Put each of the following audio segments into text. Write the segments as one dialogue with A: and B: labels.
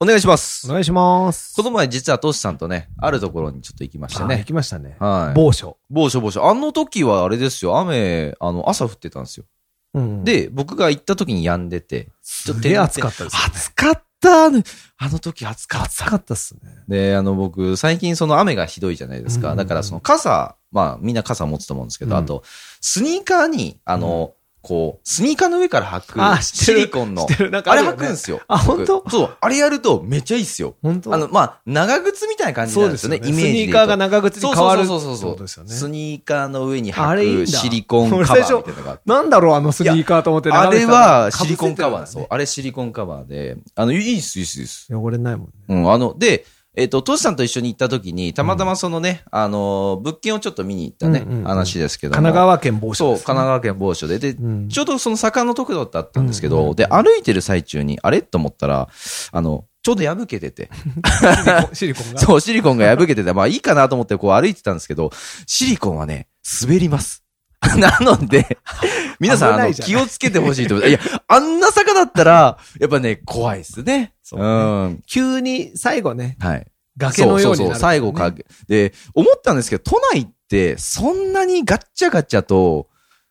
A: お願いします。
B: お願いします。
A: この前実はトシさんとね、あるところにちょっと行きました
B: あ行
A: ね。
B: きましたね。
A: はい。
B: 某所。
A: 某所某所。あの時はあれですよ、雨、あの、朝降ってたんですよ。
B: うん、
A: で、僕が行った時に止んでて、ちょ
B: すげえ暑かったですよね
A: 暑かったね。あの時暑かっ
B: 暑
A: た。
B: かったっすね。
A: で、あの僕、最近その雨がひどいじゃないです
B: うん
A: か。
B: うんう
A: だ
B: ん
A: からその傘、まあみんな傘持つと思うんですけど、
B: うん
A: あと、スニーカーに、あの、こう、スニーカーの上から履
B: あ
A: く、
B: 知って
A: シ
B: る
A: リコンの
B: 知っ、てるなんか
A: あれ
B: るよ
A: 履
B: ね
A: くんですよ。
B: あ
A: 僕
B: 本当
A: そう、あれやるとめっちゃいいっすよ。
B: 本当
A: あの、まあ、長靴みたいな感じなんですよね、イメージで
B: ス
A: 言うと。
B: ニーカーが長靴に変わるって
A: そ
B: こ
A: うそうそうそ
B: と
A: う
B: ですよね。
A: スニーカーの上に
B: あれいい
A: 履
B: ん
A: く
B: だ
A: シリコン カバーみたいなのがあって
B: なんだろう、あのスニーカーと思って
A: あれはシリコンカバー、
B: です
A: そう。あれシリコンカバーで、あの、いいっす、いいっす、いいっす。
B: 汚れないもんね。
A: うん、あの、で、えっ、と、トシさんと一緒に行った時に、たまたまそのね、あの、物件をちょっと見に行ったね、
B: うんうんうん
A: 話ですけど
B: 神
A: も。
B: 奈川県某
A: そう、
B: 所
A: 神奈川県某所で。で、
B: ん
A: ちょうどその坂のところだったんですけど、
B: うんうんうん
A: で、歩いてる最中に、あれと思ったら、あの、ちょうど破けてて。
B: 川。シリコン が。
A: そう、シリコンが破けてて、まあいいかなと思ってこう歩いてたんですけど、シリコンはね、滑ります。 なので、 皆さん、
B: 危
A: あ
B: な
A: の、
B: いじゃん
A: 気をつけてほしいと思います。いや、あんな坂だったら、やっぱね、怖いですね。
B: うね
A: ん。
B: 急に最後ね、
A: はい。
B: 崖のようになる、ね。
A: そうそうそう、最後か。で、思ったんですけど、都内って、そんなにガッチャガチャと、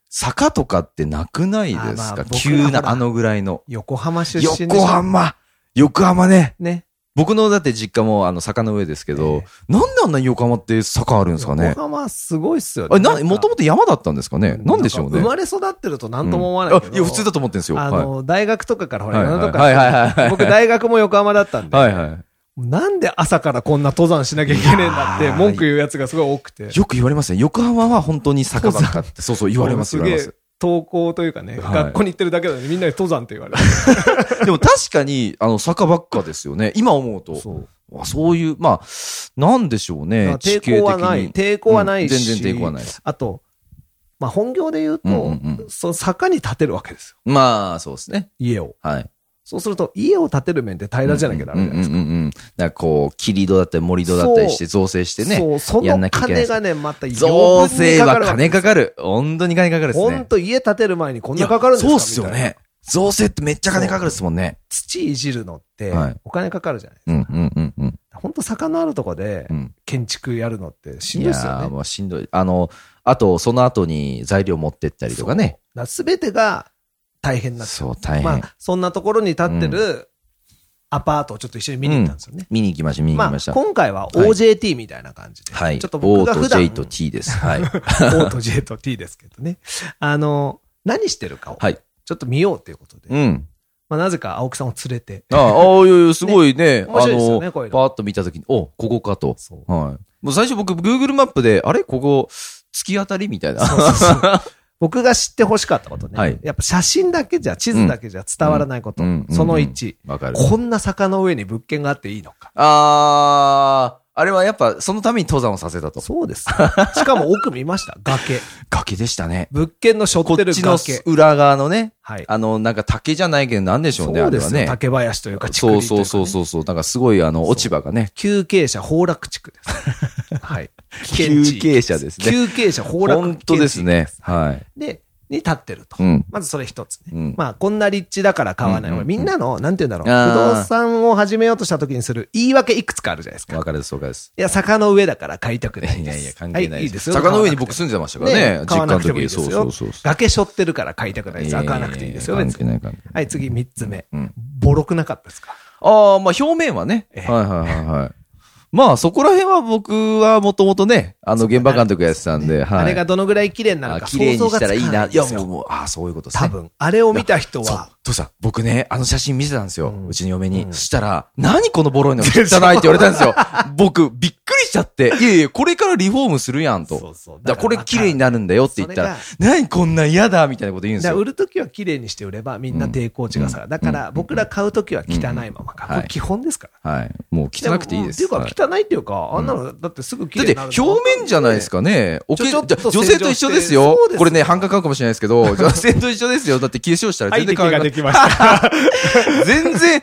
A: 坂とかってなくないですか、
B: あまあ僕ら
A: 急
B: ほら
A: な、あのぐらいの。
B: 横浜出身でしょ
A: 横。浜横浜ね。
B: ね。
A: 僕のだって実家もあの坂の上ですけど、
B: え
A: なんであんなに横浜って坂あるんですかね
B: 横浜すごいっすよね。
A: あれな、
B: んか
A: もともと山だったんですかねなんでしょうね
B: 生まれ育ってると何とも思わない
A: あ
B: けど、
A: いや、普通だと思ってるんですよ。
B: あ
A: は
B: の、大学とかからほ
A: い。
B: ら、
A: はい
B: いろんなとこか
A: はいはいはい。
B: 僕、大学も横浜だったんで、
A: はいは
B: なんで朝からこんな登山しなきゃいけねえんだっ
A: い
B: て、
A: やー
B: 文句言うやつがすごい多くて
A: い。。よく言われますね。横浜は本当に坂ばっかって。そうそう、言われます、
B: も
A: 言
B: う
A: われます
B: げ
A: す。、
B: え登校というかね、
A: はい
B: 学校に行ってるだけなのにみんなに登山って言われる。
A: でも確かに、あの、坂ばっかですよね。今思うと。
B: そう。
A: あそういう、まあ、なんでしょうね。地形
B: 抵抗はない。
A: 的に
B: 抵抗はないし。
A: うん全然抵抗はないです。
B: あと、まあ、本業で言うと、
A: うんうんうん
B: その坂に建てるわけですよ。
A: まあ、そうですね。
B: 家を。
A: はい。
B: そうすると、家を建てる面って平らじゃなきゃダメじゃないですか。
A: うんうんうんうん。なんかこう、切り戸だったり森戸だったりして造成してね。
B: そう、そ
A: やん
B: の
A: なきゃいけない
B: 金
A: です
B: がね、また余
A: 造
B: 分
A: 成
B: にかか
A: は
B: るわけ
A: 金かかる。本当に金かかるですね。
B: ほんと家建てる前にこん
A: いや
B: なかかるんですか
A: そうっすよ
B: みたいな
A: ね。造成ってめっちゃ金かかるっすもんね。
B: 土いじるのって
A: はい、
B: お金かかるじゃない。
A: うんうんうんうん。
B: ほんと坂のあるとこで
A: うん
B: 建築やるのってしんどいっす
A: いや
B: よ
A: ー
B: ね。
A: もうしんどい。あの、あと、その後に材料持ってったりとかね。
B: すべてが大変になって
A: そう、大
B: ま
A: 変。
B: あ、そんなところに立ってるアパートをちょっと一緒に見に行ったんですよね。
A: 見に行きました、見に行
B: ま
A: きまし
B: あ、
A: た。
B: 今回は OJT みたいな感じで。
A: はい。
B: ちょっと僕が
A: O
B: 普
A: と
B: 段、
A: J と T です。 はい。
B: O と J と T ですけどね。あの、何してるかを、
A: はい。
B: ちょっと見ようということで。
A: うん。
B: まあ、なぜか青木さんを連れて。
A: ああ、いやいや、すごいね。
B: 面
A: あ
B: 白いですよ
A: の
B: ねこうい、うの
A: パーッと見たときに、お、ここかと。
B: そう
A: はい。もう最初僕、Google マップで、あれここ、突き当たりみたいな。
B: そうそうそう僕が知ってほしかったことね。
A: はい
B: やっぱ写真だけじゃ、地図だけじゃ伝わらないこと。
A: うんうんうん
B: その1、
A: わかる。
B: こんな坂の上に物件があっていいのか。
A: あー、あれはやっぱ、そのために登山をさせたと。
B: そうです。しかも奥見 ました。崖。
A: 崖でしたね。
B: 物件の背負
A: こ
B: ってる
A: っちの
B: 崖。
A: 裏側のね、
B: はい。
A: あの、なんか竹じゃないけど、なんでしょうね、
B: そ
A: あ
B: う
A: れ
B: で
A: は
B: すね。
A: ね。
B: 竹林というか、
A: そうそうそう
B: う。
A: そうそう。なんかすごい、あの、落ち葉がね、
B: 休憩者崩落地区です。はい。
A: 休憩者ですね。
B: 休憩者崩落地区。
A: 本当ですね。はい。
B: で、に立ってると。
A: うん。
B: まずそれ一つね。
A: うん
B: まあ、こんな立地だから買わない。
A: うんうんうん
B: みんなの、なんて言うんだろう。
A: あー
B: 不動産を始めようとした時にする言い訳いくつかあるじゃないですか。
A: わかるです、わかるです。
B: いや、坂の上だから買いたくない
A: い
B: で
A: や
B: す。
A: いや、関係な
B: はいい、いいですよ。
A: 坂の上に僕住んでましたからね、実
B: 買わ
A: 家
B: な
A: の
B: くてもいい
A: 時。
B: です
A: そ
B: よ
A: うそうそうそう。
B: 崖背負ってるから買いたくないです。
A: や
B: 開
A: や
B: か
A: や
B: なくていいですよ、
A: 関
B: 別
A: 係
B: に。
A: ない関係ない
B: はい、次三つ目。
A: うん
B: ボロくなかったですか
A: ああ、まあ表面はね。
B: え
A: は
B: え
A: いはいはいはい。まあそこら辺は僕はもともとね、あの現場監督やってたんで、はい。
B: あれがどのぐらい綺麗にな
A: あ
B: るか
A: 綺
B: 想
A: 麗
B: 像
A: にし
B: がつ
A: た
B: からない
A: い
B: い
A: な。
B: ん
A: い
B: で
A: や
B: す
A: もう、
B: よ。
A: もう、ああ、そういうことです
B: 多
A: ね。
B: 分、あれを見た人
A: そう
B: は、。
A: 父さん、僕ね、あの写真見てたんですよ。
B: うん
A: うちの嫁に。
B: うん
A: そしたら、何このボロいの汚いって言われたんです よ。僕、びっくりしちゃって。いやいや、これからリフォームするやんと。
B: そうそう
A: だからこれ綺麗になるんだよって言ったら、
B: そ
A: 何こんなん嫌だみたいなこと言うんです
B: だから
A: よ。
B: 売るときは綺麗にして売れば、みんな抵抗値が下が
A: う
B: る。
A: ん
B: だから、僕ら買うときは汚いまま買う。
A: うん
B: これ基本ですから。
A: はい。もう汚くていいです。
B: っていうか、
A: はい
B: 汚いっていうか、あんなの、だってすぐ綺
A: だっ
B: 麗に
A: て
B: なる
A: 表面じゃないです
B: か。
A: かね。おけ
B: ちょちょっ
A: じ
B: と
A: ゃ女性と一緒ですよ
B: そうです。よ
A: これね、半額買うかもしれないです けど、女性と一緒ですよ。だって化粧したら
C: 相手
A: 全然変わ
C: が
A: らな
C: で
A: い。
C: きました。
A: 全然、え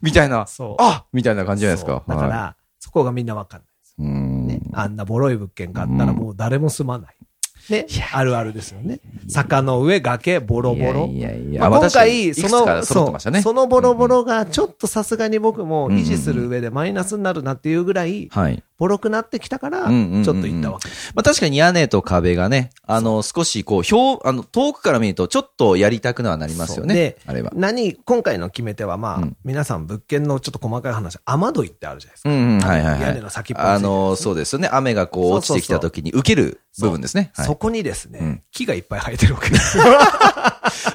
A: みたいな。
B: そう。
A: あみたいな感じじゃないですか。
B: そうだから、
A: は
B: そこがみんなわかんないです
A: い、うーん、
B: よね。あんなボロい物件があったらもう誰も住まない。ね。あるあるですよね。坂の上、崖、ボロボロ。
A: いやいやいや
B: まあ
A: まあ
B: 今回、
A: 確かにいくつ
B: そ
A: か
B: の、
A: 揃ってましたね
B: そうそのボロボロが、ちょっとさすがに僕も
A: うんうん
B: 維持する上でマイナスになるなっていうぐらい、
A: はい。
B: ボロくなってきたから、ち
A: うんうんうんう
B: ょ
A: ん
B: っと行ったわけです。
A: まあ確かに屋根と壁がね、あの、少しこう、表、あの、遠くから見るとちょっとやりたくのはなりますよね
B: で。
A: あれは。
B: 何、今回の決め手は、まあ、
A: うん
B: 皆さん物件のちょっと細かい話、雨どいってあるじゃないですか。
A: うんうん、はいはいはい。
B: 屋根の先っぽについてる
A: あの、そうですよね。雨がこう落ちてきた時に受ける部分ですね。はい
B: そこにですね、
A: うん
B: 木がいっぱい生えてるわけです。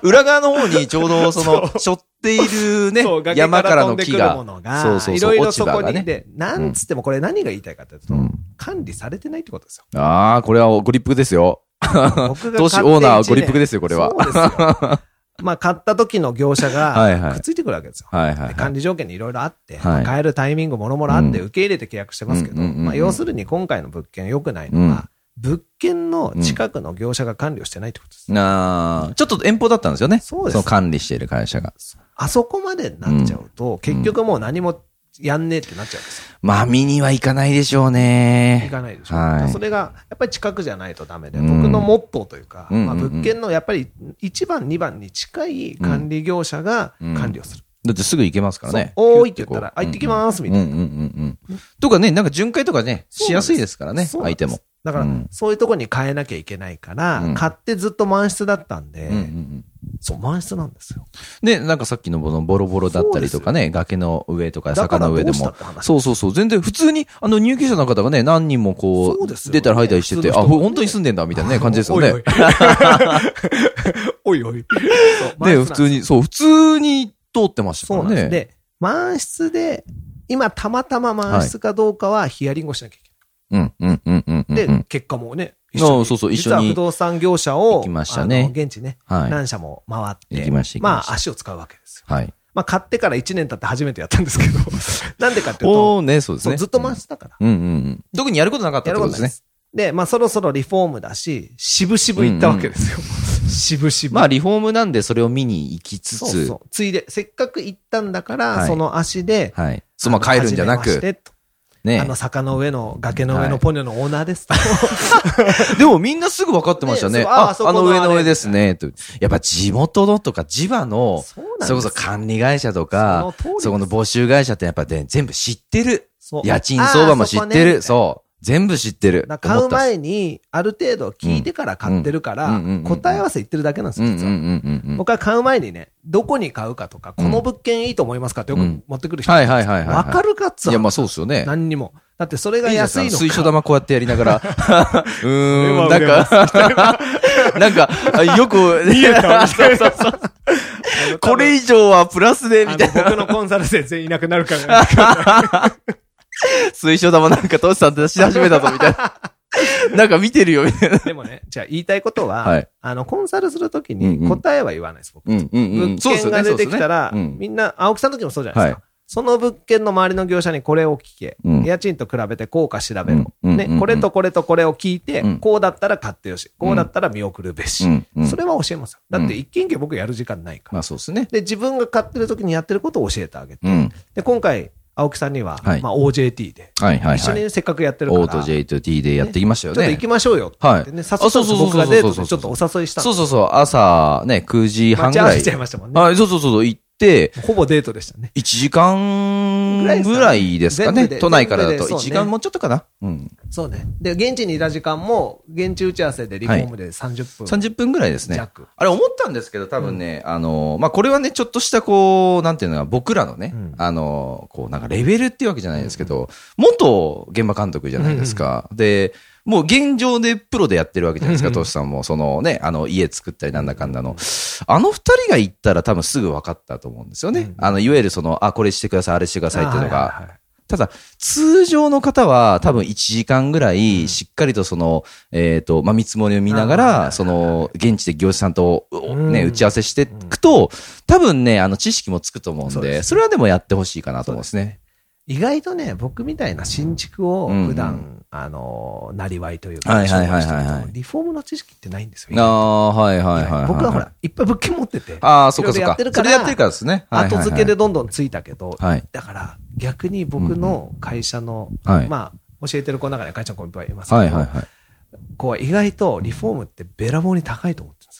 A: 裏側の方にちょうどそ の、背負っているね
B: そう、崖
A: 山からの
B: 飛んで
A: 木
B: くるも
A: が
B: の、が
A: そうそう
B: い
A: そ、
B: ろいうろ
A: 落ち
B: そこ
A: 葉が
B: に、
A: ね。
B: で、なんつってもこれ何が言いたいかというと、
A: うん
B: 管理されてないってこと ですよ。
A: ああ、これはご立腹ですよ。
B: 僕が
A: 投資
B: 買って
A: オーナー
B: 一年
A: ご立腹ですよ、これは。
B: そうです よ。まあ、買った時の業者
A: はいは
B: が
A: い
B: くっついてくるわけですよ。
A: はいは
B: で
A: いは
B: 管
A: い。
B: 理条件にいろいろあって、
A: はい
B: まあ変えるタイミングもろもろあって、
A: うん
B: 受け入れて契約してますけど、
A: うんうんうんうん
B: まあ、要するに今回の物件良くないのは、物件の近くの業者が管理をしてないってことです。
A: なあ、ちょっと遠方だったんですよね。
B: そうです
A: の管理している会社が。
B: あそこまでになっちゃうと、結局もう何もやんねえってなっちゃうんですよ。
A: まあ、見には行かないでしょうね。
B: 行かないでしょ。
A: はい
B: だからそれが、やっぱり近くじゃないとダメで、
A: うん
B: 僕のモットーというか、
A: うんうんうん
B: まあ、物件のやっぱり1番、2番に近い管理業者が管理をする。
A: だってすぐ行けますからね。
B: そうおーいって言ったら、あ、行ってき
A: す。
B: ます、み
A: うん
B: た
A: う
B: い
A: ん
B: な。
A: うんうんうん。とかね、なんか巡回とかね、
B: そう
A: しや
B: なんです
A: すいですからね、
B: そうなん
A: 相
B: です
A: 手も。
B: だから、
A: うん
B: そういうとこに変えなきゃいけないから、
A: うん
B: 買ってずっと満室だったんで、
A: うんうんうん
B: そう、満室なんですよ。
A: で、なんかさっきのこのボロボロだったりとかね、崖の上とか
B: だ
A: 坂
B: から
A: の上で
B: どうした
A: も
B: って。話
A: そうそうそう。全然普通に、あの、入居者の方がね、何人もこ
B: そう
A: う、
B: ですよね
A: 出たり入ったりしてて、
B: 普
A: あ、
B: 通の人もね
A: 本当に住んでんだ、みたいな ね、感じですよね。で、
B: おいおい。お いおい。
A: 普通
B: に。
A: に、そう、普通に通ってました
B: そ
A: か
B: うなんです。
A: らね。
B: で、満室で、今、たまたま満室かどうかはヒアリングをしなきゃいけ
A: うん、うん、うん、うん、うん。。
B: ないうで、
A: ん
B: 結果もね、
A: ああそうそう一緒に
B: 実は不動産業者を、
A: 行きましたね
B: あの現地ね、
A: はい
B: 何社も回って、
A: 行きました行き
B: ま
A: ました
B: あ、足を使うわけですよ。
A: はい。
B: まあ、買ってから1年経って初めてやったんで すけど、なんでかっていう
A: お
B: と、
A: ーね、そうです
B: そう
A: ね。
B: ずっと満室だから。
A: うん、うん、うん。特にやることなかったって
B: やるこ
A: ことと
B: な
A: で
B: い
A: す
B: で
A: ね。
B: す。で、まあそろそろリフォームだし、渋々行ったわけですよ。渋々。
A: まあ、リフォームなんでそれを見に行きつ
B: そう
A: つ
B: そ、う。ついで、せっかく行ったんだから、
A: はい
B: その足で、
A: はい。そう、まあ、帰るんじゃな
B: 初めまし
A: く、
B: てとあの
A: ね。
B: 坂の上の、崖の上のポニョのオーナ ーですと。
A: でもみんなすぐ分かってました
B: ね
A: ね。
B: そうあ
A: あ
B: そ、こ
A: あ
B: の
A: の上
B: あ
A: の
B: れ
A: 上ですね。とやっぱ地元のとか地場の、
B: そ
A: そうれ
B: なんですよ
A: こそ管理会社とか
B: その通りで、す
A: そこの募集会社ってやっぱね、全部知ってる。
B: そう
A: 家賃相場も知って
B: あー
A: る。
B: そ
A: そう。全部知ってる。
B: だから買う
A: 思ったっす
B: 前に、ある程度聞いてから買ってるから、
A: うんうんうんうんうん
B: 答え合わせ言ってるだけなんです
A: う
B: よ、
A: んうん
B: 実
A: う
B: は。
A: んうんうん。
B: 僕は買う前にね、どこに買うかとか、この物件いいと思いますかってよく
A: うん
B: 持ってくる人
A: はいはいはいはいはい。
B: わかるかっつ
A: い
B: うの
A: や、まあそうですよね。
B: 何にも。だってそれが
A: いいじゃ
B: 安い
A: ん
B: のか。
A: 水晶玉こうやってやりなが ら。うーん、
C: そ
A: な
C: れ
A: ん
C: は
A: か、なんか、あよく、これ以上はプラスで、みたいな。
C: 僕のコンサル生全員いなくなる から。
A: 水晶玉なんかトシさん出し始めたぞ、みたいな。なんか見てるよ、みたいな。
B: でもね、じゃあ言いたいことは、
A: はい
B: あの、コンサルするときに
A: うんうん
B: 答えは言わないです、僕。
A: うんうん
B: 物件が出てきたら、
A: うん
B: みんな、青木さんの時もそうじゃないですか。
A: は
B: その物件の周りの業者にこれを聞け。
A: うん
B: 家賃と比べて効果調
A: う
B: べろ。
A: んうんうん
B: ね、これとこれとこれを聞いて、
A: うん
B: こうだったら買ってよし、こうだったら見送るべし。
A: うんうん
B: それは教えますよ。だって一軒一軒僕やる時間ないから。
A: まあそうですね。
B: で、自分が買ってる時にやってることを教えてあげて。
A: うん。
B: で、今回、青木さんには、
A: はい
B: まあ OJT で、
A: はいはい
B: 一緒
A: は
B: に
A: い。
B: ねせっかくやってるから、
A: O と J と T でやってきましたよ
B: ちょっと
A: ね
B: 行。きましょうよって言ってね、
A: はい
B: 誘ったんです
A: あそうそうそうそう
B: 僕がデートでちょっとお誘いしたん
A: そ
B: で
A: うそうそう、朝ね、9時半
B: 待
A: ぐ
B: ち合わ
A: ら
B: せ
A: い
B: ちゃ。いましたもんね。
A: はい、そうそうそうそう、行って、
B: ほぼデートでしたね。
A: 1時間ぐらいですか
B: ぐらいですかね全部
A: ね。
B: で
A: 都内からだと。
B: 全部でそうね
A: 1時間もうちょっとかな。うん。
B: そうね。で、現地にいた時間も、現地打ち合わせでリフォームで30分。
A: 30分ぐらいですね
B: 弱。
A: あれ思ったんですけど、多分ね、あの、まあ、これはね、ちょっとしたこう、なんていうのか、僕らのね、
B: うん
A: あの、こう、なんかレベルっていうわけじゃないですけど、元現場監督じゃないですか。で、もう現状でプロでやってるわけじゃないですか、トシさんも。そのね、あの、家作ったりなんだかんだの。あの二人が行ったら多分すぐ分かったと思うんですよね。あの、いわゆるその、あ、これしてください、あれしてくださいっていうの
B: あはい
A: が
B: はいはい。
A: ただ、通常の方は多分1時間ぐらいしっかりとその、えっ、と、まあ、見積もりを見ながら、その、現地で業者さんと、お
B: ん
A: ね、打ち合わせしていくと、多分ね、あの、知識もつくと思うんで、それはでもやってほしいかなと思うんですね。
B: 意外とね、僕みたいな新築を普段、
A: うんう
B: あの、なりわいというか、
A: はいはいはいはいはい
B: 商売してる人リフォームの知識ってないんですよ。
A: ああ、はいはいはいい。
B: 僕はほら、いっぱい物件持ってて、
A: ああ、そっかそっ
B: いろいろやっ
A: か
B: てる。か
A: そ
B: ら
A: れやってるからですね。はいはい
B: 後
A: はい
B: 付けでどんどんついたけど、
A: はい
B: だから逆に僕の会社の、
A: はい
B: まあ、教えてる子の中には会社の子もいっぱいいますけど、
A: はいはいはい。
B: こう意外とリフォームってべらぼうに高いと思ってるんです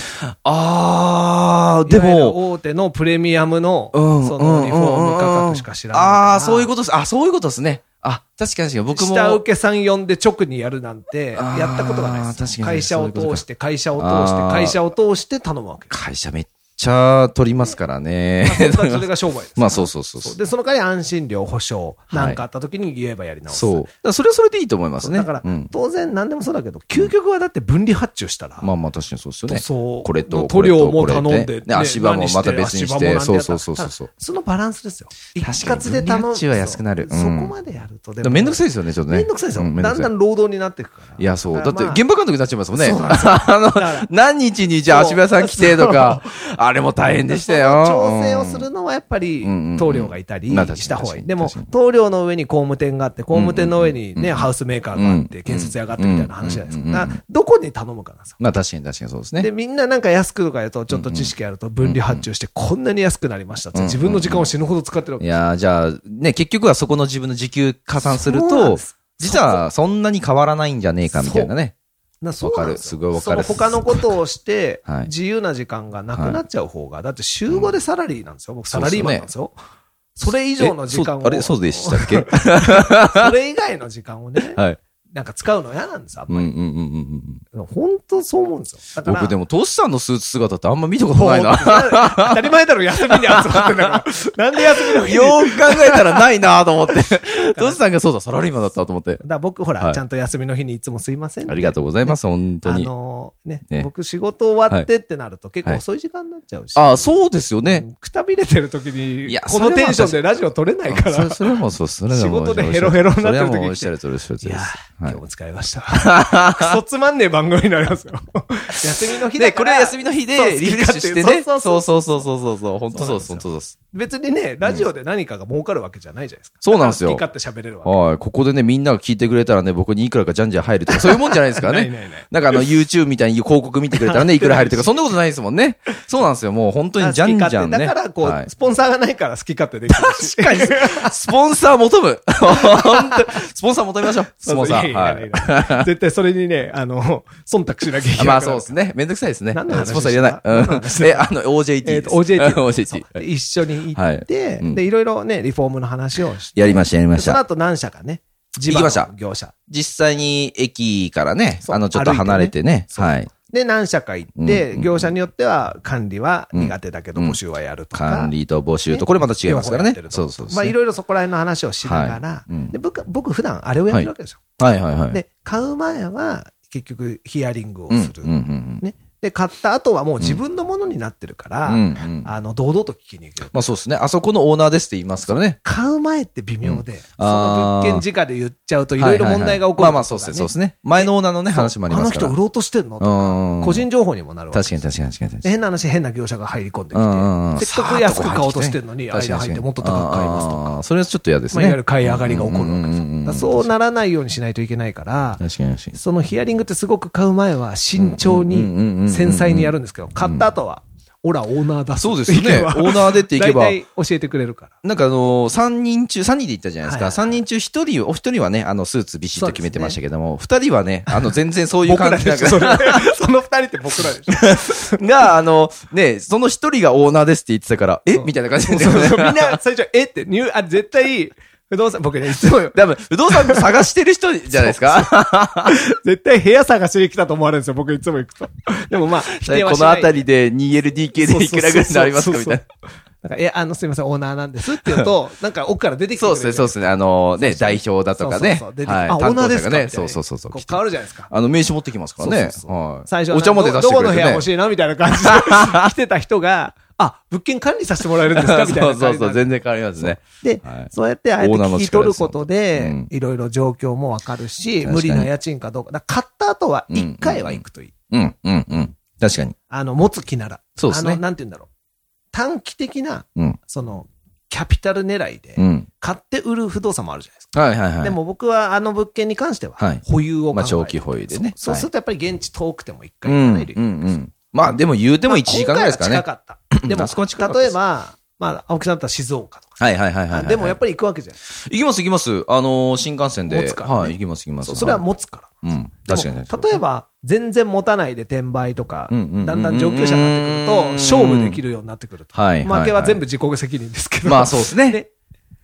B: よ。
A: ああ、で
B: いわゆる
A: も、
B: 大手のプレミアムの、
A: うん
B: そのリフォーム価格しか知らないから。
A: ああー、そういうことです。あ、そういうことですね。あ、確かに確かに僕も。
B: 下請けさん呼んで直にやるなんて、
A: あー
B: やったことがないです。
A: 確かに
B: 会社を
A: そういう
B: 通
A: こ
B: し
A: と
B: て、会社を通して
A: あ、ー
B: 会社を通して頼むわ け。
A: 会社めっちゃ取りますからね
B: まあ、。それがそれが商売です。
A: まあそうそうそう
B: そ
A: そうう。
B: で、その代わり安心料、保証、
A: い
B: なんかあった時に言えばやり直す。
A: そう。だからそれはそれでいいと思いますね。
B: だから、
A: うん
B: 当然何でもそうだけど、究極はだって分離発注したら、
A: まあまあ確かにそうですよね。
B: そう
A: これと、
B: 塗料も
A: これとこれ
B: 頼んで
A: ね、足場もまた別にし
B: 何して
A: て、そう
B: 足場もなんて
A: そう
B: やった
A: そうそうそう。
B: そのバランスですよ。一
A: かに
B: 括で頼
A: 分離
B: む。
A: 発注は安くなる
B: そうそこ
A: うん
B: までやると、で
A: だからめんどくさいですよね、ちょっとね。
B: めんどくさいですよ。
A: う
B: だ
A: め
B: ん
A: どくさい
B: だん労働になっていくから。
A: いや、そう。だって、
B: まあ
A: 現場監督になっちゃいますもんね。
B: そうなん
A: あ
B: だから
A: の、何日にじゃあ足場さん来てとか、あれも大変でしたよ。
B: 調整をするのはやっぱり
A: うんうんうん
B: 棟梁がいたり
A: まあ確かに
B: した方が
A: 確か
B: いい。
A: に
B: でも
A: 確かに
B: 棟梁の上に工務店があって、工務店の上に
A: うんうん
B: ね、
A: うん
B: ハウスメーカーがあって、
A: うん
B: 建設屋があってみたいな話じゃないです
A: うん
B: か。だからどこに頼むかなんですよ。
A: まあ確かに確かにそうです
B: で、
A: ね。
B: みんななんか安くとかやると、ちょっと知識やると分離発注して、こんなに安くなりましたって、自分の時間を死ぬほど使ってるわけ
A: いやーじゃあ、ね、結局はそこの自分の時給加算する
B: そうなん
A: と
B: です、
A: 実はそんなに変わらないんじゃねえかみたいなね。
B: なそうなんですよ
A: わかるすごいわかる
B: その他のことをして
A: はい、
B: 自由な時間がなくなっちゃう方が、だって週5でサラリーなんですよ。僕サラリーマンなんですよ。それ以上の時
A: え
B: 間を。
A: そうあれ、そうでしたっけ
B: それ以外の時間をね、
A: はい。
B: なんか使うの嫌なんですよ。あん
A: うんう
B: ま
A: んうん
B: り
A: うんうん。
B: 本当そう思うんですよ。だから、
A: 僕で
B: も、
A: も、トシさんのスーツ姿ってあんま見たことない な。よ
C: 当たり前だろ、休みに集まってんだ から。なんで休みの日に
A: く考えたらないなと思って。トシさんがそうだ、サラリーマンだったと思って
B: だ。から僕ほら、
A: はい
B: ちゃんと休みの日にいつもすいませんね、
A: ありがとうございます、本当
B: あ
A: に。
B: のーね
A: ね
B: 僕仕事終わってってなると結構遅い時間になっちゃうし、
A: ああ、そうですよね。
C: くたびれてる時に
A: いや、
C: このテンションでラジオ撮れないか
A: それ
C: ら。
A: それはもうそうです。それはもう
C: 仕事でヘロヘロになってる時
A: それはもうおっしゃるとおり、おっしゃると
B: い
A: おり
B: や
A: で
B: ー、
A: す。はい
B: 今日も使いましたわ
C: クソつまんねえ番組になりますよ。
B: 休みの日
A: で、
B: だか
A: こ
B: ら
A: れ 休みの日
B: そう
A: でリフレッシュして
B: 好き勝手
A: ね。そうそうそうそうそうそう。本当そうです、本当そうです。
B: 別にねラジオで何かが儲かるわけじゃないじゃないですか、
A: そうなんですよ
B: だから好き勝手喋れるわけ
A: はい。ここでね、みんなが聞いてくれたらね、僕にいくらかじゃんじゃん入るとか、そういうもんじゃないですから
C: ないないない
A: ね。なんかあの、YouTube みたいに広告見てくれたらね、いくら入るとか、そんなことないですもんね。そうなんですよ。もう本当にじゃんじゃんね。
B: 好き勝手だからこう、
A: はい
B: スポンサーがないから好き勝手できるし
A: 確か に、スポンサー求 む。本当にスポンサー求めましょう。 スポンサ
C: い
A: ー。
C: や
A: はい
C: やい
A: い。
C: やいや絶対それにね、あの、 忖度しなきゃいけな
A: あ
C: い。
A: まあそうですね。めんどくさいですね。
B: 何の話
A: スポンサーいらないうん。え、あの、OJT
B: え
A: です。
B: ーと OJT そう
A: OJT。
B: で一緒に行って、
A: はいうん
B: でいろいろねリフォームの話をして
A: やりました、やりまし
B: その
A: た。
B: 後何社かね自
A: 行き
B: 慢
A: ました
B: の業者
A: 実際に駅からね、
B: そう
A: あの、ちょっと離れてね。
B: そう
A: はい。
B: で、何社か行
A: うん
B: っ
A: うん
B: て、
A: うん
B: 業者によっては管理は苦手だけど、
A: うん
B: 募集はやるとか。
A: 管理と募集と、これまた違いますからね
B: 両方やって。ると
A: そうそうそう。
B: まあ、いろいろそこら辺の話をしながら、
A: はいうん
B: で僕、僕普段あれをやってるわけですよ。
A: はいはいはい。
B: で、買う前は、結局、ヒアリングを
A: うん、
B: する、
A: うんうん
B: ね。で、買った後はもう自分のものになってるから、
A: うん。うんうん
B: あの、堂々と聞きに行く。
A: まあそうですね。あそこのオーナーですって言いますからね。
B: 買う前って微妙で、その
A: あー
B: 物件直で言っちゃうといろいろ問題が起
A: はいはいは
B: こる、
A: いまあまあそうですね。そうですね。前のオーナーのね、話もありますから。
B: あの人売ろうとしてんのとか
A: うん
B: 個人情報にもなるわけ
A: 確かに確かに確かに確かに。
B: 変な話、変な業者が入り込んで
A: うんうんうん
B: きて、せっかく安く買おうとしてるのに、
A: 確か
B: 間
A: 確
B: 入
A: か
B: ってもっと高く買いますとか、
A: あーそれはちょっと嫌です
B: まあ、
A: ね。
B: いわゆる買い上がりが起こるわけですよ
A: うんうんうんうん
B: だからそうならないようにしないといけないから、
A: 確かに確かに。
B: そのヒアリングってすごく買う前は慎重
A: うんうんうんうんうん
B: に、繊細にやるんですけど、買った後は、オラオーナーだ
A: そうですよね。オーナーでっていけば。
B: 大体教えてくれるから。
A: なんかあのー、三人中、三人で行ったじゃないですか。
B: はい
A: 三、人中一人、お一人はね、あの、スーツビシッと決めてましたけども、二、人はね、あの、全然そういう
C: 僕
A: 感
C: ら
A: じ
C: で
A: だ
C: し
A: か
C: ょ、
A: ら
C: それ。その二人って僕らでしょ。
A: が、あの、ね、その一人がオーナーですって言ってたから、えみたいな感じで、
C: そうそうみんな最初、えって、ニュー、あ、絶対、不動産、僕ね、いつもよ、
A: 多分、不動産探してる人じゃないです か
C: 絶対部屋探しに来たと思われるんですよ、僕いつも行くと。でもまあ、否定は
A: こ
C: し
A: の
C: ない。
A: あたりで 2LDK でいくらぐらいになりますかみたいな。
B: だから、え、あの、すみません、オーナーなんですって言うと、なんか奥から出てきてく
A: そう
B: れ
A: ですね、
B: る
A: そうですね。あの、ね、代表だとかね。
B: そうそうそう出てきて
A: はい。
B: あ、オーナ
A: 担
B: ー
A: 当
B: で
A: 者
B: すか
A: が
B: みたいな
A: ね、そうそうそうそう。
B: こ変わるじゃないですか。
A: あの、名刺持ってきますからね。
B: そうそうそう
A: はい。
B: 最初は
A: お茶まで出して
B: ど
A: く
B: こ
A: れ
B: の
A: て
B: 部
A: ね。
B: 屋欲しいなみたいな感じで来てた人が、 あ、物件管理させてもらえるんですかみたいな
A: そ
B: 感
A: う
B: じ
A: そうそう、
B: になる
A: 全然変わりますね。
B: で、
A: はい
B: そうやってあえて
A: オーナーの
B: 聞き取ること
A: 力です
B: で
A: よ、
B: いろいろ状況もわかる
A: 確
B: し、
A: かに
B: 無理な家賃かどうか。だから買った後は
A: うん
B: 一回は行くといい。
A: うん、うん、うん。確かに。
B: あの、持つ気なら。
A: そうですね
B: あの、なんて言うんだろう。短期的な、
A: うん、
B: その、キャピタル狙いで
A: う、ん。
B: 買って売る不動産もあるじゃないですか。
A: はいはいはい。
B: でも僕はあの物件に関しては
A: はい、
B: 保有を考えて
A: まあ長期保有でね
B: そうそう
A: はい
B: するとやっぱり現地遠くても一
A: う
B: 回行
A: ん、
B: か
A: う、
B: なんいといけ
A: う
B: ない
A: ん。まあでも言うても1時間ぐらいですかね。
B: 今回は近かった。でも、
A: あそこは近かったで
B: 例
A: す
B: えば、まあ、青木さんだったら静岡とか。
A: はいはいはいはいはい。
B: でもやっ
A: ぱ
B: ぱり行くわけじゃないですか。
A: 行きます行きます。あのー、新幹線で。
B: 持つからね
A: はい、行きます行きます。
B: それは持つから。
A: いうん、
B: でも
A: 確かに。
B: 例えば、全然持たないで転売とか、
A: うんうんうんうん
B: だんだん上級者になってくると、勝負できるようになってくると。
A: はいはいはい
B: 負けは全部自己責任ですけど。
A: まあそう ですね
B: で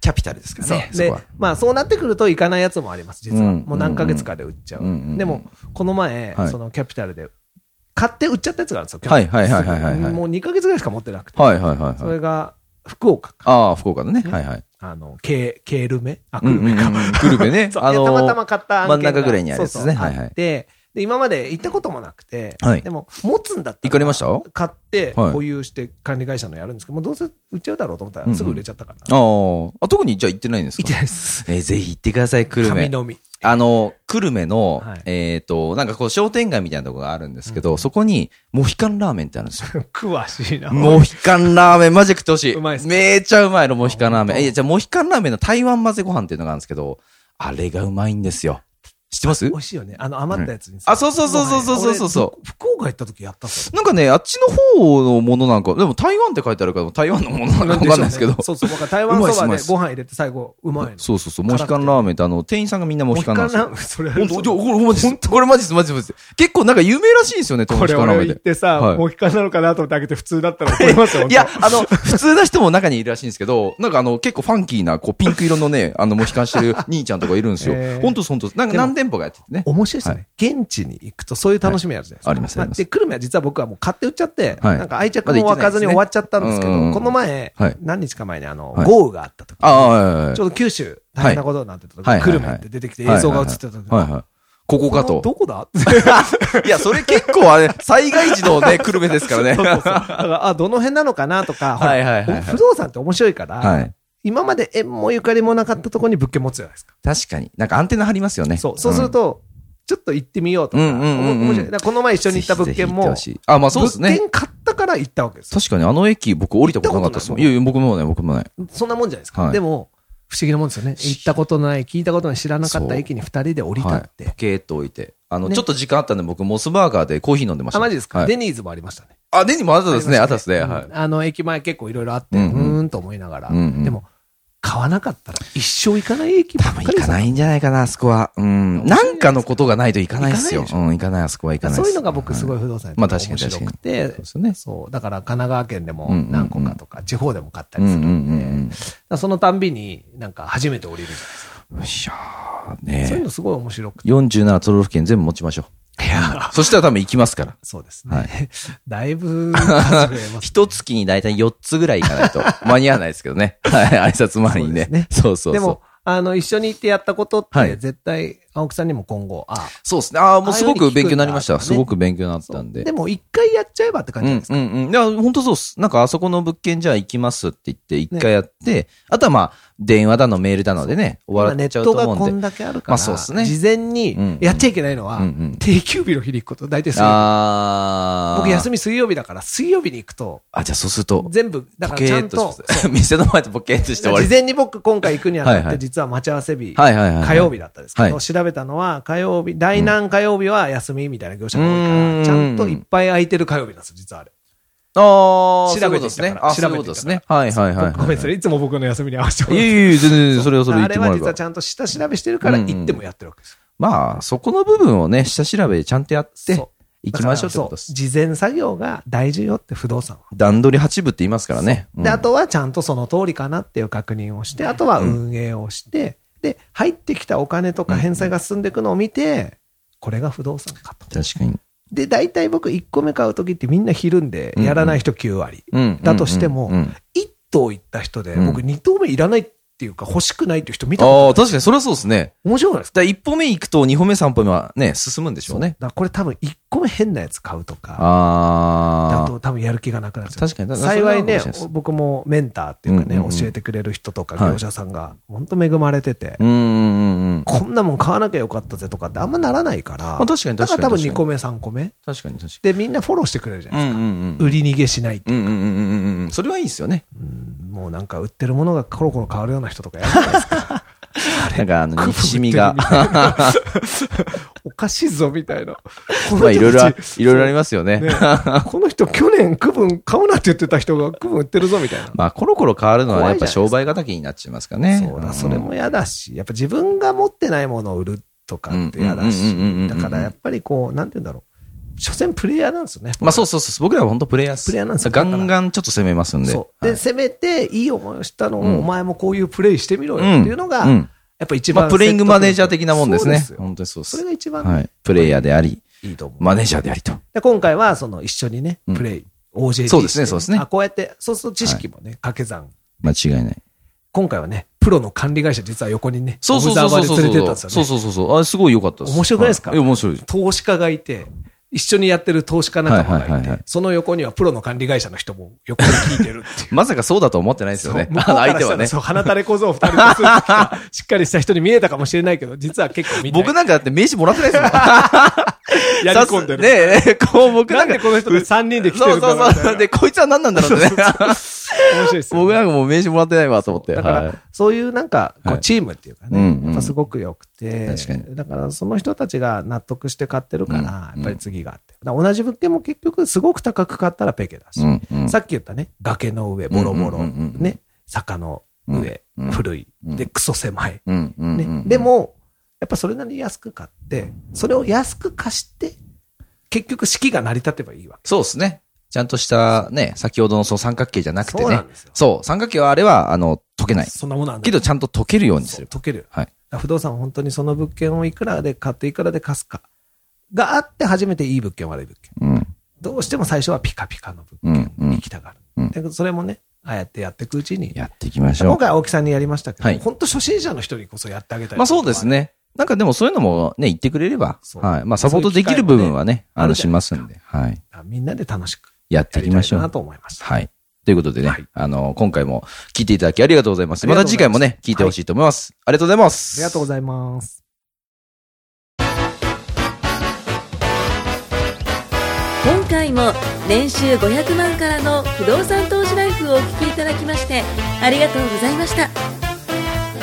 A: キャピタルですからね。そ
B: で
A: こは。、
B: まあそうなってくると行かないやつもあります、実は。
A: うん
B: もう何ヶ月かで売っちゃう。
A: うんうん
B: でも、この前、
A: はい
B: そのキャピタルで、買って売っちゃったやつがあるんですよ。
A: はいはいはいはいはいはい
B: もう2ヶ月ぐらいしか持ってなくて。
A: はいはいはい
B: そ
A: はい。
B: れが、福岡か。
A: ああ、福岡のね。はいはい。
B: あの、ケー、ケールメあ、
A: う
B: クルメか。。
A: んうんうんグルメね
B: そう
A: あのー
B: たまたま買った案
A: 真
B: 件が
A: ん中ぐらいにあるやつですね
B: そうそう
A: はいはい
B: あってで、今まで行ったこともなくて、
A: はい
B: でも、持つんだった
A: 行かれましたあ
B: 買って、
A: はい
B: 保有して管理会社のやるんですけど、もうどうせ売っちゃうだろうと思った
A: うんう
B: ら、
A: ん
B: すぐ売れちゃったから。行
A: ーあ、特にじゃあ行ってないんですか
B: ってないです。
A: えーぜひ行ってください、久留
B: 紙
A: 米。
B: のみ。
A: あの、久留米の、
B: はい
A: えっ、と、なんかこう商店街みたいなとこがあるんですけど、そこに、モヒカンラーメンってあるんですよ。
B: 詳しいな。
A: モヒカンラーメン、マジ食ってほしい。
B: うまいっすか
A: めちゃうまいの、モヒカンラーメ
B: あ本
A: ン。
B: 当
A: え、じゃあモヒカンラーメンの台湾混ぜご飯っていうのがあるんですけど、あれがうまいんですよ。知ってます
B: 美味しいよね。あの、余ったやつにさ、
A: あ、そうそうそうそうそうそうそう。
B: う。福岡行った時やったっす
A: なんかね、あっちの方のものなんか、でも台湾って書いてあるから、台湾のものなんかわかんないですけど。
B: そうそう。僕は台
A: う
B: 湾そ
A: まい
B: ば
A: っ
B: ですご飯入れて最後、うまいの。
A: そうそうそう、モヒカンラーメンって、あの、店員さんがみんなモヒカンなんですよ。
B: モヒカンラーメンそれ
A: 本当じゃあこれマジです。これマジです、マジです。結構なんか有名らしいんですよね、
C: こ
A: 友
C: れ
A: 達から
C: 俺
A: 見。
C: 言ってて
A: は
C: さ
A: い、
C: モヒカンなのかなと思ってあげて普通だったら怒ります よ。
A: いや、あの、普通な人も中にいるらしいんですけど、なんかあの、結構ファンキーな、こう、ピンク色のね、あの、モヒカンしてる 兄ちゃんとかいるんですよ。
B: へー
A: ほんとそんと、なんか
B: でも
A: 何店舗かやっててね。
B: 面白いですね、現地に行くとそういう楽しみあるじゃないですか。
A: はいありますあります
B: で、久留米は実は僕はもう買って売っちゃって、
A: はい
B: なんか愛着も湧かずに終わっちゃったんですけど、
A: まだ行って
B: この
A: な
B: 前、
A: はい
B: 何日か前にあの、
A: はい
B: 豪雨があった時、
A: ああ、はいはいはい
B: ちょうど九州大変なことになってた時、
A: はいはい
B: 久留
A: はい
B: 米
A: はい
B: って出てきて映像が映ってた時、
A: はいはい。ここか
B: こ
A: と。
B: のどこだ
A: いや、それ結構あれ、災害時の ね、久留米ですからね。
B: だからあ、どの辺なのかなとか、ほら
A: はいはいはいはい
B: 不動産って面白いから、
A: はい
B: 今まで縁もゆかりもなかったところに物件持つじゃないですか。
A: 確かに。なんかアンテナ張りますよね。
B: そうそうすると、ちょっと行ってみようとか、
A: うんうんうんうん
B: 面白いだからこの前一緒に行った物件も、
A: ぜひぜひ行ってほしいあ、まあそうですね
B: 物。件買ったから行ったわけですよ
A: 確かにあの駅僕降りたことなかったですもん。い
B: 行
A: やいや、僕もね、僕もね。
B: そんなもんじゃないですか。
A: はい
B: でも、不思議なもんですよね。行ったことない、聞いたことない、知らなかっ
A: そ
B: た
A: う
B: 駅に二人で降り立
A: は
B: っ
A: い。
B: て。
A: ポケーっと置いて。あの、
B: ね
A: ちょっと時間あったんで僕、モスバーガーでコーヒー飲んでました。
B: あ、マジですか、
A: はい
B: デニーズもありましたね。
A: あ、デニもあったですね。あ
B: あ
A: っ
B: り
A: た
B: ま
A: で
B: し
A: すね。
B: ね
A: はい。
B: うんあの、駅前結構いろいろあって、う
A: うんうん
B: ーんと思いながら。
A: うんうん
B: でも、買わなかったら一生行かない駅ばっ
A: 多
B: か
A: 分行
B: り
A: かないんじゃないかな、あそこは。うん。なんかのことがないと行かないですよ
B: 行。か
A: う、
B: なん
A: 行かない、あそこは行かない
B: そ
A: です
B: ういうのが僕すごい不動産やって
A: まあ確かに
B: 面白
A: 確
B: くて、
A: かにそうです
B: そうだから神奈川県でも
A: うんうんうん
B: 何個かとか、地方でも買った
A: う
B: り
A: ん
B: す
A: う
B: る
A: ん
B: んで、
A: うん
B: だからそのたんびになんか初めて降りるじゃないですか、
A: うん。よいしょー
B: そういう
A: ね
B: のすごい面白くて
A: 47都道府県全部持ちましょ
B: いや
A: う。そしたら多分行きますから。
B: そうですね、
A: は
B: だい ぶ数増えますね
A: 一月に大体4つぐらい行か ないと間に合わないですけどね。はい、挨拶回りに
B: そうですね
A: ね。そうそうそう。
B: でも、あの、一緒に行ってやったことっ
A: は
B: て、
A: い
B: 絶対、青木さんにも今後、ああ、
A: そうですね。ああ、もうすご
B: ああいう
A: く
B: ふうに聞くんだ
A: 勉強になりまし
B: と
A: た。
B: かね
A: すごく勉強になっ
B: そう
A: たんで。
B: でも、一回やっちゃえばって感
A: う
B: じじゃない
A: ん
B: です
A: う
B: か。
A: んうん。いや、本当そうっす。なんかあそこの物件じゃあ行きますって言って、一回やって、あとはまあ、電話だのメールだのでね、終わ
B: 今ネ
A: っ
B: ッ
A: ちゃう
B: ト
A: と
B: が
A: 思
B: こ
A: うん
B: ん
A: で。
B: だけある
A: ま
B: か
A: あそうっすね
B: ら、事前に
A: うんうん
B: やっちゃいけないのは
A: うんうん、
B: 定休日の日に行くこと、大体水曜
A: あ
B: 日
A: あ。
B: 僕休み水曜日だから、水曜日に行くと、
A: あ、じゃあそうすると、
B: 全部、だ
A: ポ
B: からち
A: ケ
B: ゃ
A: ー
B: ん
A: っと
B: と
A: し、て、 店の前でポケーっとして終わ
B: 事
A: り。
B: 前に僕今回行くにあ
A: はい
B: たっ
A: はい
B: て、実は待ち合わせ日、
A: はいはいはいはい
B: 火曜日だったんですけ
A: は
B: ど、
A: い
B: 調べたのは、火曜日、第何火曜日は休みみたいな業者が多いか
A: うーん
B: ら、ちゃんといっぱい空いてる火曜日なんですよ、実はあれ。
A: ああ、
B: 調べてき
A: そ
B: た
A: う
B: か
A: いう
B: ら
A: ことですね。あ、そういうことですね。はいは
B: 調べてきたから
A: いはい
C: ご
A: は
C: めん、それいつも僕の休みに合わせて
A: い。
C: も
A: い
C: ら
A: や
C: って。
A: いやいや、全然それはそれで言
B: あ
A: って
B: れ
A: もら
B: は
A: え
B: 実は
A: ば
B: ち。ゃんと下調べしてるから、行ってもやってるわけですよ。
A: まあ、そこの部分をね、下調べでちゃんとやって
B: そう、
A: 行きましょうってことで
B: そ
A: す
B: う。事前作業が大事よって不動産は。
A: 段取り8部って言いますからね。うん
B: で、あとはちゃんとその通りかなっていう確認をして、あとは運営をして、で、入ってきたお金とか返済が進んでいくのを見て、これが不動産かと。
A: 確かに。
B: で、大体僕1個目買うときってみんなひるんで、やらない人9割
A: うん。
B: だとしても
A: うんうん、
B: 1棟行った人で、
A: うん
B: 僕2棟目いらないっていうか欲しくないっていう人見たこと
A: あ
B: な
A: あ、確かに、それはそうですね。
B: い面白くないですか
A: だから一歩目行くと、二歩目、三歩目はね、進むんでしょうね。
B: だからこれ多分1個目変なやつ買うとか、だ
A: ああ。
B: と多分やる気がなくなっちゃう。
A: 確かにだから
B: 幸
A: それはある
B: いね
A: かもしれないです、
B: 僕もメンターっていうかね、
A: うんうんうん
B: 教えてくれる人とか
A: はい
B: 業者さんが、本当恵まれてて、
A: うんうんうんうん。
B: こんなもん買わなきゃよかったぜとかってあんまならないから、
A: あ確かに確かに
B: だから多分
A: 確かに
B: 2個目、3個目。
A: 確かに、確
B: で、みんなフォローしてくれるじゃ
A: か
B: ない
A: に。うん
B: ですか。
A: うんうん。
B: 売り逃げしないって。
A: うんうんうんうんうん。それはいいですよね。
B: もうなんか売ってるものがコロコロ変わるような人とかやるじゃないですか
A: なんか、あの、憎しみ が、
B: おかしいぞみたいな。
A: まあ、いろいろ、いろいろあり
B: ま
A: ますよね。
B: この人去年区分買うなって言ってた人が区分売ってるぞみたいな。
A: まあ、コロコロ変わるのはやっぱ
B: 怖いじ
A: 商
B: ゃないですか
A: 売敵になっちゃいますからね。
B: そうだ、それ
A: うん
B: も嫌だし、やっぱ自分が持ってないものを売るとかって嫌だ
A: うんうんうんうんうんうん
B: し、だからやっぱりこう、なんて言うんだろう。所詮プレイヤーなんですよね。
A: まあ、そうそうそう。僕らは本当プレイヤーっす
B: プレイヤーなんですよ
A: ガンガンちょっと攻めますんで。
B: そう。で、
A: はい
B: せめていい思いをしたの
A: うん
B: を、お前もこういうプレイしてみろ
A: うん
B: よっていうのが、
A: うん
B: やっぱ一
A: まあ、
B: 番説得力。
A: プレイングマネージャー的なもんですね。
B: そうよ
A: 本当にそうで
B: それ
A: す。
B: が一
A: は
B: 番
A: い。プレイヤーであり、
B: いいと思う。
A: マネージャーでありと。
B: で今回は、その一緒にね
A: うん、
B: プレイ、OJT して。
A: そうですねそうですね
B: あ、こうやって、そうすると知識もね、掛け算。
A: 間違いない。
B: 今回はね、プロの管理会社実は横にね、
A: そうそうそう
B: オブ
A: そ
B: ザー
A: う
B: バ
A: そ
B: ー
A: う。
B: で連れてったんですよね。
A: そうそうそうそう。あれすごい良かったです。
B: 面白くないですか
A: はや面白いです。
B: 投資家がいて、一緒にやってる投資家仲
A: は
B: 間
A: いは
B: が
A: い
B: い
A: はいはい。
B: て、その横にはプロの管理会社の人も横に聞いてるっていう
A: まさか そうだとは思ってないですよね。
B: そう向
A: あ
B: こう
A: の
B: から
A: 相手
B: した
A: は
B: ら
A: ね。
B: そう、鼻垂れ小僧二人とする とかしっかりした人に見えたかもしれないけど、実は結構みんな
A: 僕なんかだって名刺もらってないですもん。
B: やり込んでる。
A: さすねえ、こう僕な
B: なんん
A: か
B: で。この人で3人で来て
A: そ
B: る
A: うん
B: だろう
A: そ
B: み
A: う
B: たいな
A: そう。で、こいつは何なんだろうってね。
B: 面白いですよね
A: 僕なんかもう名刺もらってないわと思って。
B: だから、
A: はい
B: そういうなんか、こ
A: は
B: う
A: い
B: チームっていうかね、
A: うんうん
B: やっぱすごく良くて、
A: 確かに
B: だからその人たちが納得して買ってるから、
A: うん
B: やっぱり次があって。だから同じ物件も結局すごく高く買ったらペケだし、
A: うんうん
B: さっき言ったね、崖の上、ボロボロ、
A: うんうんうんうん
B: ね、坂の上、
A: うんうん
B: 古い、
A: うん
B: で、クソ狭い、
A: うんうん
B: ね
A: うん
B: でも、やっぱそれなりに安く買って、それを安く貸して、結局式が成り立てばいいわけ。
A: そうですね。ちゃんとしたね、先ほどのそう三角形じゃなくてね。
B: そうなんですよ
A: そう三角形はあれは、あの、溶けない。
B: そんなものなんだ
A: けど、ちゃんと溶けるようにする。
B: 溶ける。
A: はい。
B: だから不動産は本当にその物件をいくらで買っていくらで貸すかがあって初めていい物件悪い物件
A: うん。
B: どうしても最初はピカピカの
A: う
B: 物
A: ん。う
B: 件に
A: ん
B: 行。きたがる、
A: うん
B: でそれもねああやってやっていくうちに
A: やっていきましょ
B: 今
A: う。
B: 回青木さんにやりましたけど、
A: はい
B: 本当初心者の人にこそやってあげたい
A: まあそうですね。なんかでもそういうのもね、言ってくれれば、
B: そう
A: はい。まあサポートできる部分はね、あの、しますんで、はい。
B: みんなで楽しく
A: やって
B: や
A: いき
B: りた
A: ま
B: い
A: しょ
B: な
A: う。
B: と思いました
A: はい。ということでね、
B: はい
A: あの、今回も聞いていただきありがとうございます。
B: あ
A: ま
B: りが
A: た
B: とうござ
A: 次
B: います
A: 回もね、聞いてほしいと思います。ありがとうございます。
B: ありがとうございます
D: 今回も年収500万からの不動産投資ライフをお聞きいただきましてありがとうございました